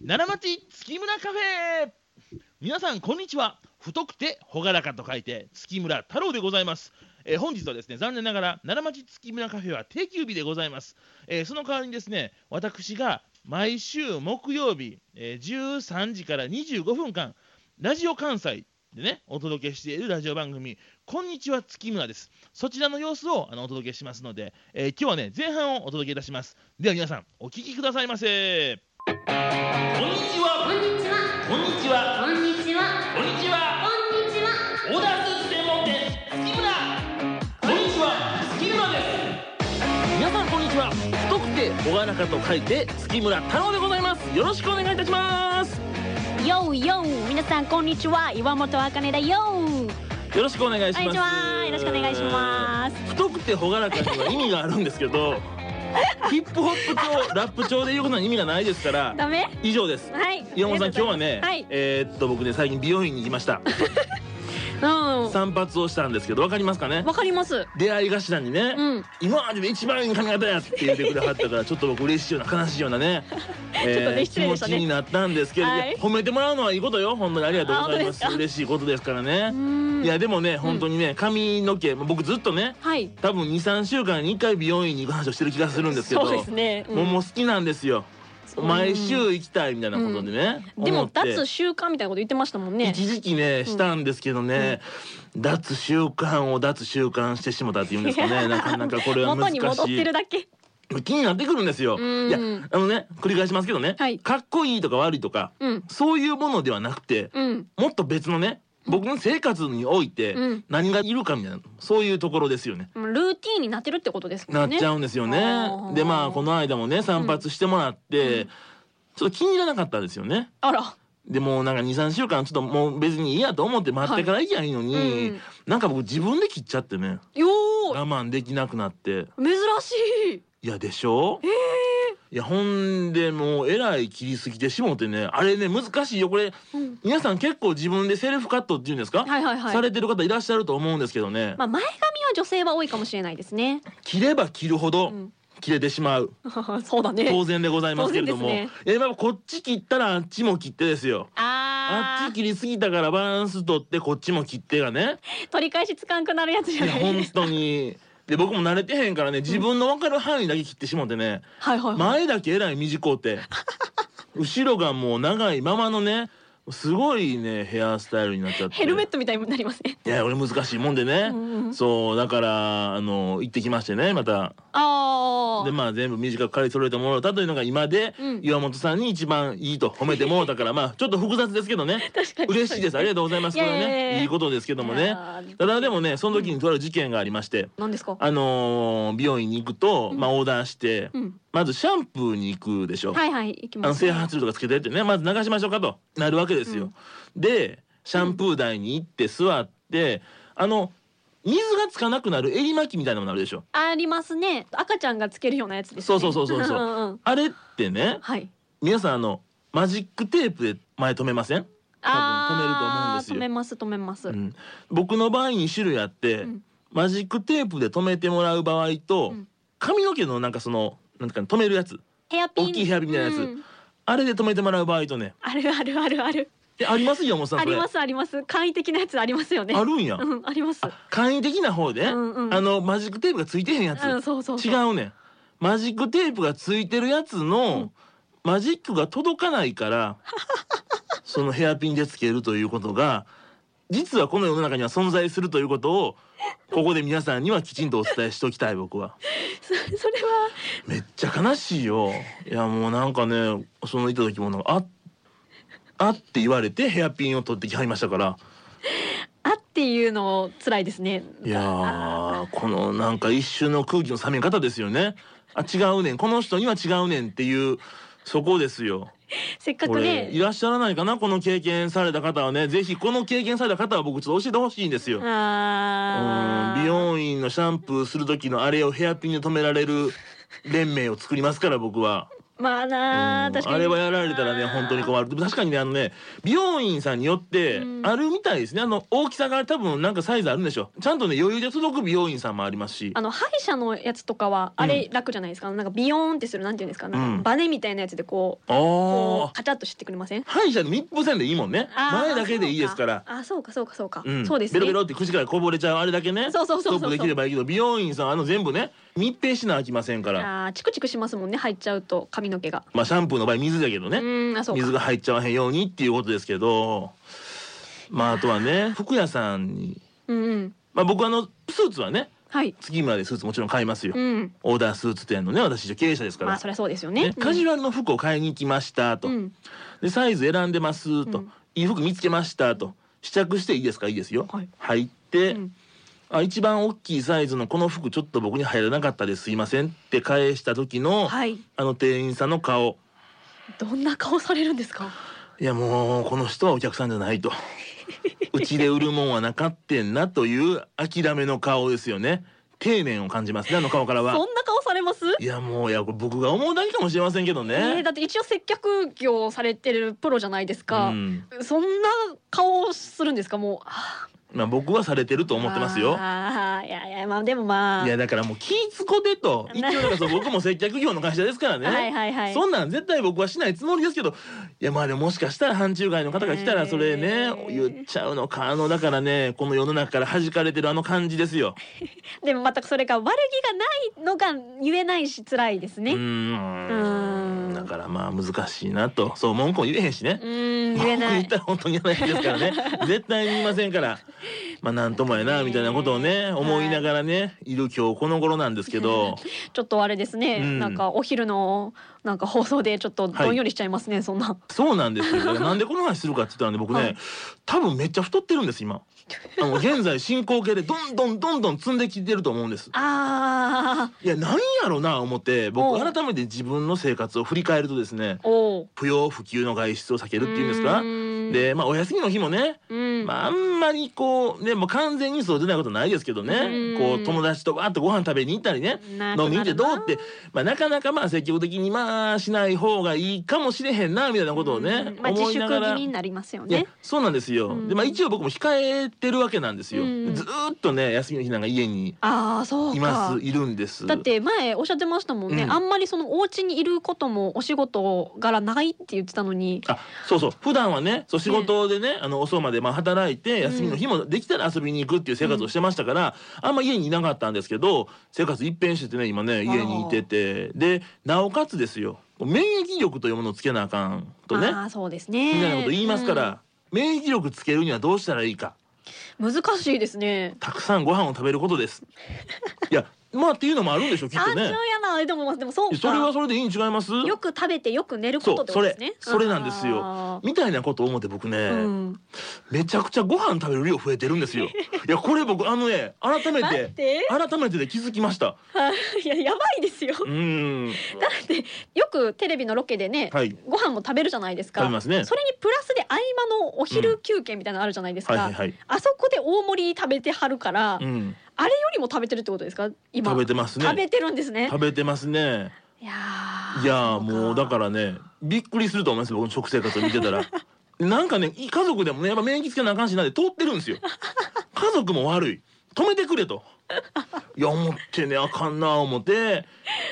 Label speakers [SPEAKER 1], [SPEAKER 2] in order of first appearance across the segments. [SPEAKER 1] 奈良町月村カフェ皆さんこんにちは太くて朗らかと書いて月村太郎でございます、えー本日はですね残念ながら奈良町月村カフェは定休日でございます、えーその代わりにですね私が毎週木曜日、えー13時から25分間ラジオ関西でねお届けしているラジオ番組「こんにちは月村」ですそちらの様子をあのお届けしますので、えー今日はね前半をお届けいたしますでは皆さんお聞きくださいませこんにちは
[SPEAKER 2] こんにちは。
[SPEAKER 1] こんにちは。
[SPEAKER 2] こんにちは。
[SPEAKER 1] こんにち
[SPEAKER 2] こんにちは。
[SPEAKER 1] は。オーダースーツ専門店月村。こんにちは。月村です。皆さんこんにちは。太くて朗らかと書いて月村太郎でございます。よろしくお願いいたします。
[SPEAKER 3] ようよう皆さんこんにちは岩本あかねだよ
[SPEAKER 1] よろしくお願いします。
[SPEAKER 3] こんにちはよろしくお願いします
[SPEAKER 1] す。太くて朗らかには意味があるんですけ ど、ヒップホップ調ラップ調で言うことには意味がないですから。
[SPEAKER 3] ダメ
[SPEAKER 1] 以上です。
[SPEAKER 3] はい
[SPEAKER 1] 山本さん今
[SPEAKER 3] あ
[SPEAKER 1] 日
[SPEAKER 3] りがとう
[SPEAKER 1] はね、
[SPEAKER 3] はい
[SPEAKER 1] えーっと僕ね最近美容院に行きました。
[SPEAKER 3] ございます
[SPEAKER 1] 散髪をしたんですけどわかりますかね
[SPEAKER 3] うん。わかります
[SPEAKER 1] 出会い頭にね、
[SPEAKER 3] うん
[SPEAKER 1] 今までで一番いい髪型やって言ってくれはったからちょっと僕嬉しいような悲しいようなね、
[SPEAKER 3] ちょっと
[SPEAKER 1] え
[SPEAKER 3] ね
[SPEAKER 1] ー
[SPEAKER 3] 失礼でしたね
[SPEAKER 1] 気持ちになったんですけれど、
[SPEAKER 3] はい
[SPEAKER 1] 褒めてもらうのはいいことよ本当にありがとうございます
[SPEAKER 3] あ本当
[SPEAKER 1] 嬉しいことですからね、
[SPEAKER 3] ん
[SPEAKER 1] いやでもね本当にね髪の毛僕ずっとね
[SPEAKER 3] はい
[SPEAKER 1] 多分23週間に1回美容院に行く話をしてる気がするんですけど
[SPEAKER 3] そうですねうん
[SPEAKER 1] もうもう好きなんですよ
[SPEAKER 3] うん
[SPEAKER 1] 毎週行きたいみたいなことでね、
[SPEAKER 3] で
[SPEAKER 1] 思
[SPEAKER 3] も
[SPEAKER 1] って
[SPEAKER 3] 脱習慣みたいなこと言ってましたもんね
[SPEAKER 1] 一時期ねしたんですけどね、脱習慣を脱習慣してしもたっていうんですか ねなかなかこれは
[SPEAKER 3] 元
[SPEAKER 1] 難し
[SPEAKER 3] に戻っ
[SPEAKER 1] い
[SPEAKER 3] てるだけ
[SPEAKER 1] 気になってくるんですよ、
[SPEAKER 3] うん
[SPEAKER 1] いやあのね繰り返しますけどね、
[SPEAKER 3] はい
[SPEAKER 1] かっこいいとか悪いとか、
[SPEAKER 3] うん
[SPEAKER 1] そういうものではなくて、
[SPEAKER 3] うん
[SPEAKER 1] もっと別のね僕の生活において
[SPEAKER 3] うん
[SPEAKER 1] 何がいるかみたいなそういうところですよね。
[SPEAKER 3] ルーティーンになってるってことですも
[SPEAKER 1] なんっ
[SPEAKER 3] ね
[SPEAKER 1] ちゃうんですよね。
[SPEAKER 3] あー
[SPEAKER 1] でまあこの間もね散髪してもらって、ちょっと気に入らなかったんですよね。
[SPEAKER 3] あら
[SPEAKER 1] でもうなんか23週間ちょっともう別にいいやと思って待ってからいいやいいのに、
[SPEAKER 3] はいうん
[SPEAKER 1] なんか僕自分で切っちゃってね
[SPEAKER 3] よ
[SPEAKER 1] 我慢できなくなって
[SPEAKER 3] ー珍し
[SPEAKER 1] い
[SPEAKER 3] い
[SPEAKER 1] やでしょ、いやほんでもうえらい切りすぎてしもてねあれね難しいよこれ、
[SPEAKER 3] ん
[SPEAKER 1] 皆さん結構自分でセルフカットっていうんですか、
[SPEAKER 3] はいはいはい
[SPEAKER 1] されてる方いらっしゃると思うんですけどね、
[SPEAKER 3] まあ前髪は女性は多いかもしれないですね
[SPEAKER 1] 切れば切るほど
[SPEAKER 3] ん
[SPEAKER 1] 切れてしまう、
[SPEAKER 3] そうだね
[SPEAKER 1] 当然でございますけれども、
[SPEAKER 3] 当然で
[SPEAKER 1] えまあこっち切ったらあっちも切ってですよ。あ
[SPEAKER 3] あ
[SPEAKER 1] っち切りすぎたからバランス取ってこっちも切ってがね
[SPEAKER 3] ー取り返しつかんくなるやつじ
[SPEAKER 1] い
[SPEAKER 3] ゃ
[SPEAKER 1] や
[SPEAKER 3] ない
[SPEAKER 1] 本当にで僕も慣れてへんからね自分の分かる範囲だけ切ってしもてね
[SPEAKER 3] はいはいはい
[SPEAKER 1] 前だけえらい短うて後ろがもう長いままのねすごいねヘアスタイルになっちゃって
[SPEAKER 3] ヘルメットみたいになりますね
[SPEAKER 1] いや俺難しいもんでね、そうだからあの行ってきましてねまた
[SPEAKER 3] あ
[SPEAKER 1] で
[SPEAKER 3] あ
[SPEAKER 1] まあ全部短く刈り揃えてもらったというのが今で、
[SPEAKER 3] うん
[SPEAKER 1] 岩本さんに一番いいと褒めてもらったからまあちょっと複雑ですけどね
[SPEAKER 3] 確かに
[SPEAKER 1] 嬉しいですありがとうございます
[SPEAKER 3] い
[SPEAKER 1] こ
[SPEAKER 3] や
[SPEAKER 1] れ
[SPEAKER 3] いやいや
[SPEAKER 1] ねいいことですけども
[SPEAKER 3] い
[SPEAKER 1] ね
[SPEAKER 3] やー
[SPEAKER 1] ただでもねその時にとある事件がありまして、
[SPEAKER 3] 何ですか
[SPEAKER 1] あのー美容院に行くと、まあオーダーして、
[SPEAKER 3] うん
[SPEAKER 1] まずシャンプーに行くでしょ、
[SPEAKER 3] はいはい行き
[SPEAKER 1] あの
[SPEAKER 3] ます
[SPEAKER 1] 整髪料とかつけてってねまず流しましょうかとなるわけですよ、でシャンプー台に行って座って、あの水がつかなくなる襟巻きみたいなのもあるでしょ
[SPEAKER 3] ありますね赤ちゃんがつけるようなやつですね
[SPEAKER 1] そうそうそうそうそうん
[SPEAKER 3] んん
[SPEAKER 1] あれってね
[SPEAKER 3] はい
[SPEAKER 1] 皆さんあのマジックテープで前止めません
[SPEAKER 3] あ
[SPEAKER 1] 多分
[SPEAKER 3] ー
[SPEAKER 1] 止
[SPEAKER 3] 止
[SPEAKER 1] め
[SPEAKER 3] め
[SPEAKER 1] る
[SPEAKER 3] ます止めます
[SPEAKER 1] と思うんですよ、うん、僕の場合2種類あって、
[SPEAKER 3] ん
[SPEAKER 1] マジックテープで止めてもらう場合と、
[SPEAKER 3] ん
[SPEAKER 1] 髪の毛のなんかそのなんていうか止めるやつ
[SPEAKER 3] ヘアピン
[SPEAKER 1] 大きいヘアピンみたいなやつ
[SPEAKER 3] うん
[SPEAKER 1] あれで止めてもらう場合とね
[SPEAKER 3] あるあるあるある
[SPEAKER 1] えありますよもさん
[SPEAKER 3] あ
[SPEAKER 1] それ
[SPEAKER 3] りますあります簡易的なやつありますよね
[SPEAKER 1] あるんや
[SPEAKER 3] うんあります
[SPEAKER 1] 簡易的な方で、
[SPEAKER 3] うんうん
[SPEAKER 1] あのマジックテープがついてへんやつ、
[SPEAKER 3] うんそうそうそう
[SPEAKER 1] 違うねんマジックテープがついてるやつの、マジックが届かないから そのヘアピンでつけるということが実はこの世の中には存在するということをここで皆さんにはきちんとお伝えしておきたい僕は
[SPEAKER 3] そ それは
[SPEAKER 1] めっちゃ悲しいよいやもうなんかねそのいた時もなんかああって言われてヘアピンを取ってきはりましたから
[SPEAKER 3] あっていうの辛いですね
[SPEAKER 1] いやーこのなんか一瞬の空気の冷め方ですよねあ違うねんこの人には違うねんっていうそこですよ
[SPEAKER 3] せっか
[SPEAKER 1] こ
[SPEAKER 3] く
[SPEAKER 1] れい
[SPEAKER 3] ね
[SPEAKER 1] らっしゃらないかなこの経験された方はねぜひこの経験された方は僕ちょっと教えてほしいんですよ
[SPEAKER 3] あ
[SPEAKER 1] うん
[SPEAKER 3] ー
[SPEAKER 1] 美容院のシャンプーする時のあれをヘアピンで止められる連盟を作りますから僕は
[SPEAKER 3] まあなあ、確かに
[SPEAKER 1] あれはやられたらね本当に困るでも確かにねあのね美容院さんによって
[SPEAKER 3] うん
[SPEAKER 1] あるみたいですね、あの大きさが多分なんかサイズあるんでしょちゃんとね余裕で届く美容院さんもありますし
[SPEAKER 3] あの歯医者のやつとかはあれ楽じゃないですか、あのなんかビヨーンってするなんていうんですかなん
[SPEAKER 1] うん
[SPEAKER 3] かバネみたいなやつでこう,、
[SPEAKER 1] あ
[SPEAKER 3] こ
[SPEAKER 1] あ
[SPEAKER 3] うカチャッとしてくれません
[SPEAKER 1] 歯医者の密封せんでいいもんね
[SPEAKER 3] あー
[SPEAKER 1] 前だけでいいですから
[SPEAKER 3] あそうかそうかそうか、
[SPEAKER 1] ん
[SPEAKER 3] そうですね
[SPEAKER 1] ベロベロって口からこぼれちゃうあれだけね
[SPEAKER 3] そうそうそうそう
[SPEAKER 1] ストップできればいいけど美容院さんあの全部ね密閉しなあきませんから
[SPEAKER 3] あーチクチクしますもんね入っちゃうと髪の毛が
[SPEAKER 1] まあシャンプーの場合水だけど
[SPEAKER 3] う
[SPEAKER 1] ね、
[SPEAKER 3] ーんあそうか
[SPEAKER 1] 水が入っちゃわへんようにっていうことですけどまああとはね服屋さんに
[SPEAKER 3] うんうん
[SPEAKER 1] まあ僕あのスーツはね
[SPEAKER 3] はい
[SPEAKER 1] 月村でスーツもちろん買いますよ、
[SPEAKER 3] うん
[SPEAKER 1] オーダースーツ店のね私一応経営者ですから、
[SPEAKER 3] まあそりゃそうですよね
[SPEAKER 1] ね、カジュアルの服を買いに行きましたと、
[SPEAKER 3] うんうん
[SPEAKER 1] でサイズ選んでますと、
[SPEAKER 3] うん
[SPEAKER 1] いい服見つけましたと試着していいですかいいですよ、
[SPEAKER 3] はい
[SPEAKER 1] 入って、
[SPEAKER 3] うん
[SPEAKER 1] あ一番大きいサイズのこの服ちょっと僕に入らなかったですいませんって返した時の、
[SPEAKER 3] はい
[SPEAKER 1] あの店員さんの顔
[SPEAKER 3] どんな顔されるんですか
[SPEAKER 1] いやもうこの人はお客さんじゃない とうちで売るもんはなかってんなという諦めの顔ですよね 丁寧を感じますねあの顔から
[SPEAKER 3] そん
[SPEAKER 1] は
[SPEAKER 3] な顔されます
[SPEAKER 1] いやもういやこれ僕が思うだけかもしれませんけどね、
[SPEAKER 3] えー、だって一応接客業をされてるプロじゃないですか、
[SPEAKER 1] うん
[SPEAKER 3] そんな顔をするんですかもうあ
[SPEAKER 1] まあ僕はされてると思ってますよ
[SPEAKER 3] あーいやいやまあでもまあ
[SPEAKER 1] いやだからもう気ぃつこて と一応だからそう僕も接客業の会社ですからね
[SPEAKER 3] はいはいはい
[SPEAKER 1] そんなん絶対僕はしないつもりですけどいやまあでももしかしたら範疇外の方が来たらそれね
[SPEAKER 3] えー
[SPEAKER 1] 言っちゃうのかあのだからねこの世の中から弾かれてるあの感じですよ。
[SPEAKER 3] でもまたそれが悪気がないのが言えないし辛いですね
[SPEAKER 1] う
[SPEAKER 3] う
[SPEAKER 1] ー
[SPEAKER 3] うんん
[SPEAKER 1] だからまあ難しいなとそう文句も言えへんしね。
[SPEAKER 3] ーん言えな
[SPEAKER 1] 文句言っ
[SPEAKER 3] い
[SPEAKER 1] たら本当にやらないですからね 絶対に言いませんからまあなんともやなみたいなことをね思いながらねいる今日この頃なんですけど。
[SPEAKER 3] ちょっとあれですね、
[SPEAKER 1] うん
[SPEAKER 3] なんかお昼のなんか放送でちょっとどんよりしちゃいますね、そんな
[SPEAKER 1] そうなんですよ。だ からなんでこの話するかって言ったらね、僕ね、
[SPEAKER 3] はい
[SPEAKER 1] 多分めっちゃ太ってるんです今。あの現在進行形でどんどんどんどん積んできてると思うんです。
[SPEAKER 3] あ
[SPEAKER 1] いやなんやろな思って、僕
[SPEAKER 3] おう
[SPEAKER 1] 改めて自分の生活を振り返るとですね、
[SPEAKER 3] ーおお
[SPEAKER 1] 不要不急の外出を避けるっていうんですか。で、まあお休みの日もね、
[SPEAKER 3] うん、
[SPEAKER 1] まああんまりこうね、もう完全にそうじゃないことないですけどね
[SPEAKER 3] う、ん
[SPEAKER 1] こう友達とわーっとご飯食べに行ったりね。
[SPEAKER 3] なくなるな
[SPEAKER 1] 飲みに行ってどうって、まあ、なかなかまあ積極的にまあしない方がいいかもしれへんなみたいなことをね、
[SPEAKER 3] うんまあ、自
[SPEAKER 1] 思い
[SPEAKER 3] 粛
[SPEAKER 1] ながら
[SPEAKER 3] 気味になりますよ
[SPEAKER 1] いや
[SPEAKER 3] ね
[SPEAKER 1] そうなんですよ、
[SPEAKER 3] うん
[SPEAKER 1] でまあ一応僕も控えてるわけなんですよ、
[SPEAKER 3] うん
[SPEAKER 1] ずーっとね休みの日なんか家に
[SPEAKER 3] ああそうか
[SPEAKER 1] いますいるんです
[SPEAKER 3] だって前おっしゃってましたもんね、
[SPEAKER 1] うん
[SPEAKER 3] あんまりそのお家にいることもお仕事柄ないって言ってたのに
[SPEAKER 1] あそうそう普段はねそう仕事でねあの遅うまでまあ働いて休みの日もできたら遊びに行くっていう生活をしてましたから、あんま家にいなかったんですけど生活一変しててね今ね家にいててでなおかつですよ免疫力というものをつけなあかんとね
[SPEAKER 3] ああそうですね
[SPEAKER 1] みたいなこと言いますから、免疫力つけるにはどうしたらいいか
[SPEAKER 3] うん難しいですね
[SPEAKER 1] たくさんご飯を食べること です。いやまあっていうのもあるんでしょうきっ
[SPEAKER 3] あ
[SPEAKER 1] と
[SPEAKER 3] ー重
[SPEAKER 1] ね。
[SPEAKER 3] 要なでもでもそうか
[SPEAKER 1] それはそれでいいに違います
[SPEAKER 3] よく食べてよく寝ることってことですね
[SPEAKER 1] そうそれそれなんですよ
[SPEAKER 3] あ
[SPEAKER 1] みたいなことを思って僕ね、
[SPEAKER 3] ーうん、
[SPEAKER 1] めちゃくちゃご飯食べる量増えてるん ですよいやこれ僕あのね改め
[SPEAKER 3] だってて
[SPEAKER 1] 改めてで気づきました
[SPEAKER 3] いややばいですよ
[SPEAKER 1] うーん
[SPEAKER 3] よくテレビのロケでね、
[SPEAKER 1] はい
[SPEAKER 3] ご飯も食べるじゃないですか
[SPEAKER 1] 食べますね
[SPEAKER 3] それにプラスで合間のお昼休憩みたいなのあるじゃないですか、
[SPEAKER 1] はいはいはい
[SPEAKER 3] あそこで大盛り食べてはるから、
[SPEAKER 1] うん
[SPEAKER 3] あれよりも食べてるってことですか今
[SPEAKER 1] 食べてますね
[SPEAKER 3] 食べてるんですね
[SPEAKER 1] 食べてますね
[SPEAKER 3] いやー
[SPEAKER 1] いやーもうだかららねびっくりすると思います僕の食生活を見て たらなんかねい家族でもねやっぱ免疫つけなあかんしなんで通ってるんですよ家族も悪い止めてくれといや思ってねあかんなあ思って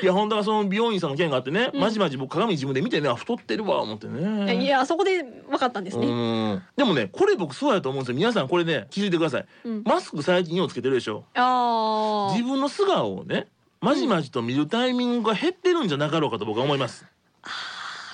[SPEAKER 1] いやほんとはその美容院さんの件があってね、
[SPEAKER 3] うん
[SPEAKER 1] まじまじ僕鏡自分で見てねあ太ってるわ思ってね
[SPEAKER 3] いやあそこで分かったんですね、
[SPEAKER 1] うんでもねこれ僕そうやと思うんですよ皆さんこれね気づいてください
[SPEAKER 3] うん
[SPEAKER 1] マスク最近ようつけてるでしょ
[SPEAKER 3] あ
[SPEAKER 1] 自
[SPEAKER 3] ー
[SPEAKER 1] 分の素顔をねまじまじと見るタイミングが減ってるんじゃなかろうかと僕は思います、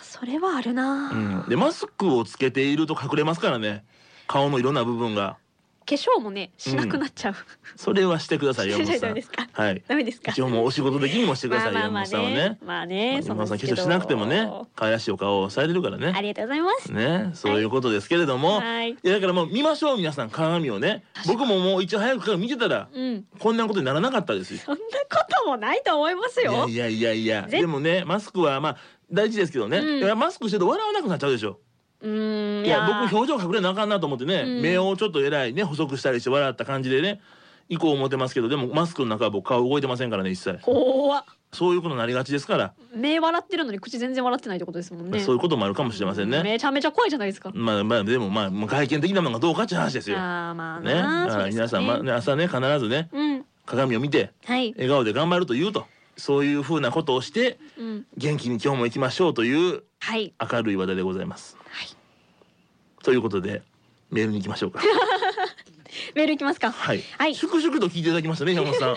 [SPEAKER 3] それはあるな、
[SPEAKER 1] うん、でマスクをつけていると隠れますからね顔のいろんな部分が
[SPEAKER 3] 化粧もねしなくなっちゃう、
[SPEAKER 1] それはしてくださいよ
[SPEAKER 3] し
[SPEAKER 1] 山
[SPEAKER 3] ちゃ
[SPEAKER 1] 本さ
[SPEAKER 3] いダメで
[SPEAKER 1] ん
[SPEAKER 3] すか
[SPEAKER 1] はい
[SPEAKER 3] ダメですか
[SPEAKER 1] 一応もうお仕事的にもしてくだ
[SPEAKER 3] ま
[SPEAKER 1] さ
[SPEAKER 3] あ
[SPEAKER 1] いよ
[SPEAKER 3] まあ
[SPEAKER 1] 山
[SPEAKER 3] まあ
[SPEAKER 1] 本さんはね
[SPEAKER 3] ねまあね
[SPEAKER 1] 山本さん
[SPEAKER 3] そ
[SPEAKER 1] 化
[SPEAKER 3] う
[SPEAKER 1] 粧しなくても
[SPEAKER 3] です
[SPEAKER 1] ね
[SPEAKER 3] けど
[SPEAKER 1] 可愛らしいお顔をされてるから
[SPEAKER 3] あ
[SPEAKER 1] ね
[SPEAKER 3] りがとうございます
[SPEAKER 1] ねそういうことですけれども、
[SPEAKER 3] はい
[SPEAKER 1] いやだからもう見ましょう皆さん鏡をね僕ももう一応早く鏡見てたら
[SPEAKER 3] うん
[SPEAKER 1] こんなことにならなかったですよ
[SPEAKER 3] そんなこともないと思います
[SPEAKER 1] いや
[SPEAKER 3] よ
[SPEAKER 1] いやいやいや
[SPEAKER 3] ぜ
[SPEAKER 1] でもねマスクはまあ大事ですけどね、
[SPEAKER 3] うん
[SPEAKER 1] いやマスクしてると笑わなくなっちゃうでしょ
[SPEAKER 3] うーん
[SPEAKER 1] いや僕表情隠れなあかんなと思ってね、
[SPEAKER 3] うん
[SPEAKER 1] 目をちょっとえらいね細くしたりして笑った感じでね行こう思ってますけどでもマスクの中は僕顔動いてませんからね一切
[SPEAKER 4] 怖っ
[SPEAKER 1] そういうことになりがちですから、
[SPEAKER 4] 目笑ってるのに口全然笑ってないってことですもんね
[SPEAKER 1] そういうこともあるかもしれませんね
[SPEAKER 4] めちゃめちゃ怖いじゃないですか、
[SPEAKER 1] まあまあでもまあもう外見的なものがどうかっていう話ですよ。ね、
[SPEAKER 4] ああまあ
[SPEAKER 1] だ
[SPEAKER 4] な
[SPEAKER 1] か
[SPEAKER 4] そう
[SPEAKER 1] ら
[SPEAKER 4] ですよ
[SPEAKER 1] 皆
[SPEAKER 4] ね
[SPEAKER 1] さん、まあね、朝ね必ずね
[SPEAKER 4] うん
[SPEAKER 1] 鏡を見て
[SPEAKER 4] はい、
[SPEAKER 1] 笑顔で頑張るというとそういうふうなことをして
[SPEAKER 4] うん、
[SPEAKER 1] 元気に今日も行きましょうという
[SPEAKER 4] はい
[SPEAKER 1] 明るい話題でございます。
[SPEAKER 4] はい
[SPEAKER 1] ということでメールに行きましょう か。
[SPEAKER 4] メールいきますか
[SPEAKER 1] はい。
[SPEAKER 4] はい
[SPEAKER 1] 粛々と聞いていただきましたね山本 さん。
[SPEAKER 4] い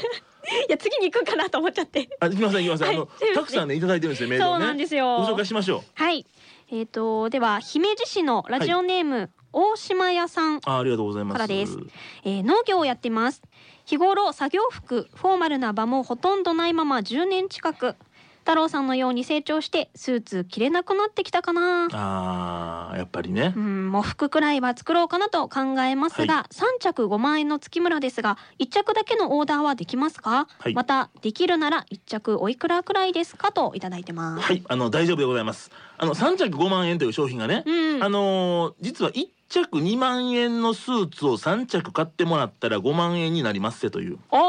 [SPEAKER 4] や次に行くかなと思っちゃって
[SPEAKER 1] あ行きません行きません。あの
[SPEAKER 4] はいすいません
[SPEAKER 1] たくさんねいただいてるんですよメールをね。
[SPEAKER 4] そうなんですよ
[SPEAKER 1] ご紹介しましょう。
[SPEAKER 4] はいえっ、とでは姫路市のラジオネーム、大島屋さん
[SPEAKER 1] あありがとうございます。
[SPEAKER 4] からですえー農業をやってます日頃作業服フォーマルな場もほとんどないまま10年近く太郎さんのように成長してスーツ着れなくなってきたかな
[SPEAKER 1] ああやっぱりね
[SPEAKER 4] う。ん、喪服くらいは作ろうかなと考えますが、
[SPEAKER 1] は
[SPEAKER 4] 3着5万円の月村ですが1着だけのオーダーはできますか、
[SPEAKER 1] はい
[SPEAKER 4] またできるなら1着おいくらくらいですかといただいてます、
[SPEAKER 1] はいあの大丈夫でございます。あの三着五万円という商品がね。
[SPEAKER 4] うん
[SPEAKER 1] あのー実は1着2万円のスーツを3着買ってもらったら5万円になりますせという
[SPEAKER 4] お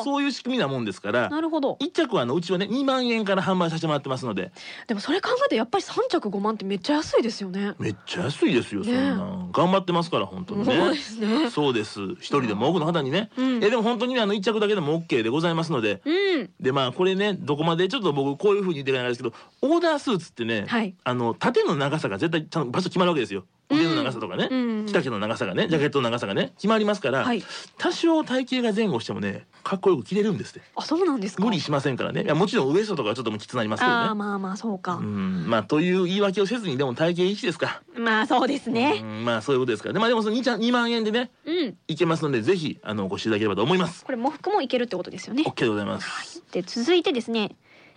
[SPEAKER 4] ー
[SPEAKER 1] そういう仕組みなもんですから
[SPEAKER 4] なるほど
[SPEAKER 1] 1着はあのうちはね2万円から販売させてもらってますので
[SPEAKER 4] でもそれ考えてやっぱり3着5万ってめっちゃ安いですよね
[SPEAKER 1] めっちゃ安いですよそんな、頑張ってますから本当に
[SPEAKER 4] そう
[SPEAKER 1] ね
[SPEAKER 4] ですね
[SPEAKER 1] そうです一人でも多くの方にね、
[SPEAKER 4] うん
[SPEAKER 1] えでも本当にねあの1着だけでも OK でございますので
[SPEAKER 4] うん
[SPEAKER 1] でまあこれねどこまでちょっと僕こういう風に言ってるんですけどオーダースーツってね、
[SPEAKER 4] はい
[SPEAKER 1] あの縦の長さが絶対ちゃんと場所決まるわけですよ腕の長さとかね、
[SPEAKER 4] うん
[SPEAKER 1] 着丈の長さがねジャケットの長さがね決まりますから、
[SPEAKER 4] はい
[SPEAKER 1] 多少体型が前後してもねかっこよく着れるんですって
[SPEAKER 4] あそうなんですか
[SPEAKER 1] 無理しませんからねいやもちろんウエストとかはちょっともうきつなりますけ
[SPEAKER 4] ああ
[SPEAKER 1] どね
[SPEAKER 4] まあまあそうか
[SPEAKER 1] う、んまあという言い訳をせずにでも体型一致ですか、
[SPEAKER 4] まあそうです
[SPEAKER 1] う
[SPEAKER 4] ね
[SPEAKER 1] んまあそういうことですからで,、まあ、でもその 2, ちゃん2万円でね
[SPEAKER 4] うん
[SPEAKER 1] いけますのでぜひあのご視聴いただければと思います
[SPEAKER 4] これ喪服もいけるってことですよね
[SPEAKER 1] OK でございます
[SPEAKER 4] で続いてですね、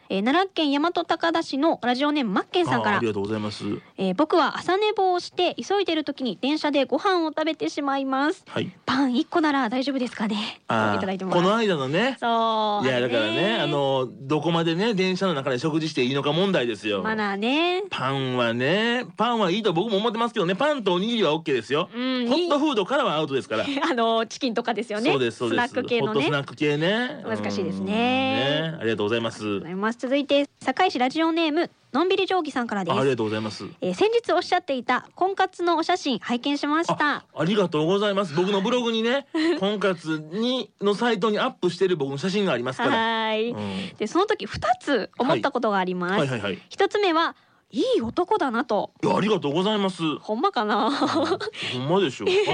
[SPEAKER 4] えー奈良県大和高田市のラジオネームマッケンさ
[SPEAKER 1] あ
[SPEAKER 4] んか
[SPEAKER 1] ーあ
[SPEAKER 4] ら
[SPEAKER 1] りがとうございます
[SPEAKER 4] えー僕は朝寝坊をして急いでる時に電車でご飯を食べてしまいます
[SPEAKER 1] はい
[SPEAKER 4] パン一個なら大丈夫ですかね
[SPEAKER 1] あ
[SPEAKER 4] と
[SPEAKER 1] ー
[SPEAKER 4] いただいてます
[SPEAKER 1] この間のね
[SPEAKER 4] そう
[SPEAKER 1] いやだからねあのどこまでね電車の中で食事していいのか問題ですよ
[SPEAKER 4] マナーね
[SPEAKER 1] パンはねパンはいいと僕も思ってますけどねパンとおにぎりは OK ですよ、
[SPEAKER 4] うん
[SPEAKER 1] ホットフードからはアウトですから、
[SPEAKER 4] あのチキンとかですよね
[SPEAKER 1] そうですそうです
[SPEAKER 4] スナック系の
[SPEAKER 1] ホット
[SPEAKER 4] ね
[SPEAKER 1] スナック系ね
[SPEAKER 4] 難しいですね
[SPEAKER 1] うんねありがとうございます
[SPEAKER 4] ございます続いて堺市ラジオネームのんびり定規さんからで
[SPEAKER 1] ああり
[SPEAKER 4] す
[SPEAKER 1] がとうございます
[SPEAKER 4] えー先日おっしゃっていた婚活のお写真拝見しました
[SPEAKER 1] あありがとうございます僕のブログに ね婚活にのサイトにアップしてる僕の写真があります
[SPEAKER 4] は
[SPEAKER 1] から、
[SPEAKER 4] ーい、
[SPEAKER 1] うん
[SPEAKER 4] でその時二つ思ったことがあります、
[SPEAKER 1] はいはいはいい
[SPEAKER 4] 一つ目はいい男だなと
[SPEAKER 1] やありがとうござい ます
[SPEAKER 4] ほんまかな
[SPEAKER 1] ほんまでしょ。書い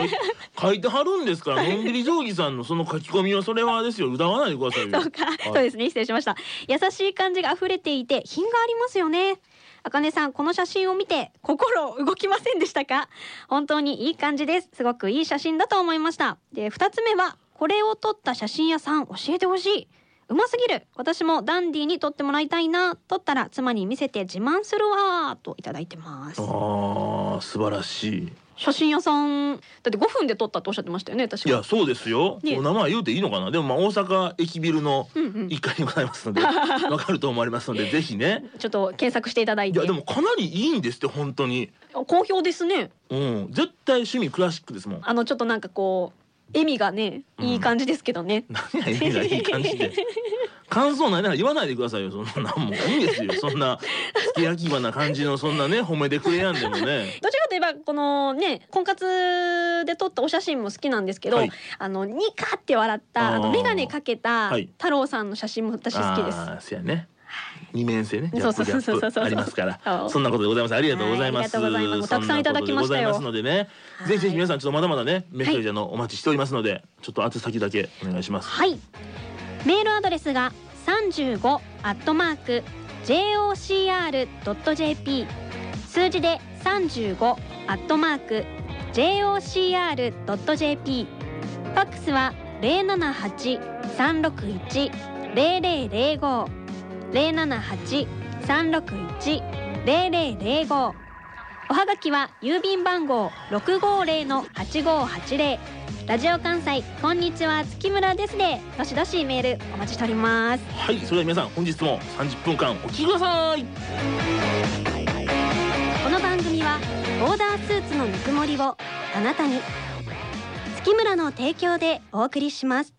[SPEAKER 1] 書いてはるんですから、のんびり定規さんのその書き込みはそれはですよ。疑わないでくださいよ
[SPEAKER 4] そう。か、
[SPEAKER 1] い
[SPEAKER 4] そうですね失礼しました優しい感じが溢れていて品がありますよねあかねさんこの写真を見て心動きませんでしたか本当にいい感じですすごくいい写真だと思いましたで二つ目はこれを撮った写真屋さん教えてほしいうますぎる私もダンディに撮ってもらいたいな撮ったら妻に見せて自慢するわといただいてます
[SPEAKER 1] ああ、素晴らしい。
[SPEAKER 4] 写真屋さんだって5分で撮ったっておっしゃってましたよね確か
[SPEAKER 1] いや、そうですよ。
[SPEAKER 4] ね
[SPEAKER 1] お名前言うていいのかな。でも、まあ、大阪駅ビルの
[SPEAKER 4] うんうん
[SPEAKER 1] 一階にございますの で、わかると思われますので、ぜひね。
[SPEAKER 4] ちょっと検索していただい
[SPEAKER 1] い
[SPEAKER 4] て
[SPEAKER 1] や、でも、かなりいいんですって、本当に。
[SPEAKER 4] 好評ですね
[SPEAKER 1] うん、絶対趣味クラシックですもん。
[SPEAKER 4] あのちょっとなんかこう笑みがねいい感じですけどね、
[SPEAKER 1] 何や、意味がいい感じで。感想ないなら言わないでくださいよ。そんな、もういいですよ。そんな。付け焼き場な感じの、そんなね、褒めてくれやんでもね。
[SPEAKER 4] どちらかといえばこのね婚活で撮ったお写真も好きなんですけど、
[SPEAKER 1] はい
[SPEAKER 4] あのニカって笑ったあの
[SPEAKER 1] あー
[SPEAKER 4] 眼鏡かけた
[SPEAKER 1] はい
[SPEAKER 4] 太郎さんの写真も私好きです。
[SPEAKER 1] あー。せやね。二面性ね。ギャ
[SPEAKER 4] そう
[SPEAKER 1] ッ
[SPEAKER 4] そう
[SPEAKER 1] プギ
[SPEAKER 4] そ
[SPEAKER 1] ャ
[SPEAKER 4] うそう
[SPEAKER 1] ップありますから
[SPEAKER 4] そ。う
[SPEAKER 1] そんなことでございます。ありがとうございます。
[SPEAKER 4] はいありがとうございますたくさんいただきましたよ
[SPEAKER 1] そんなことでございますのでね。ぜひぜひ皆さんちょっとまだまだねメッセージあのお待ちしておりますので、ちょっと宛先だけお願いします。
[SPEAKER 4] はい。メールアドレスが三十五アットマーク j o c r ドット j p 数字で三十五アットマーク j o c r ドット j p ファックスは零七八三六一零零零五零七八三六一零零零五おはがきは郵便番号六五零の八五八零ラジオ関西こんにちは月村ですねどしどしメールお待ちしております
[SPEAKER 1] はい。それでは皆さん本日も三十分間お聞きください。
[SPEAKER 4] この番組はオーダースーツのぬくもりをあなたに月村の提供でお送りします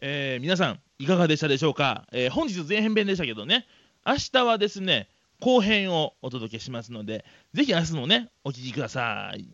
[SPEAKER 1] えー皆さんいかがでしたでしょうか、えー本日前編編でしたけどね明日はですね後編をお届けしますのでぜひ明日もねお聴きください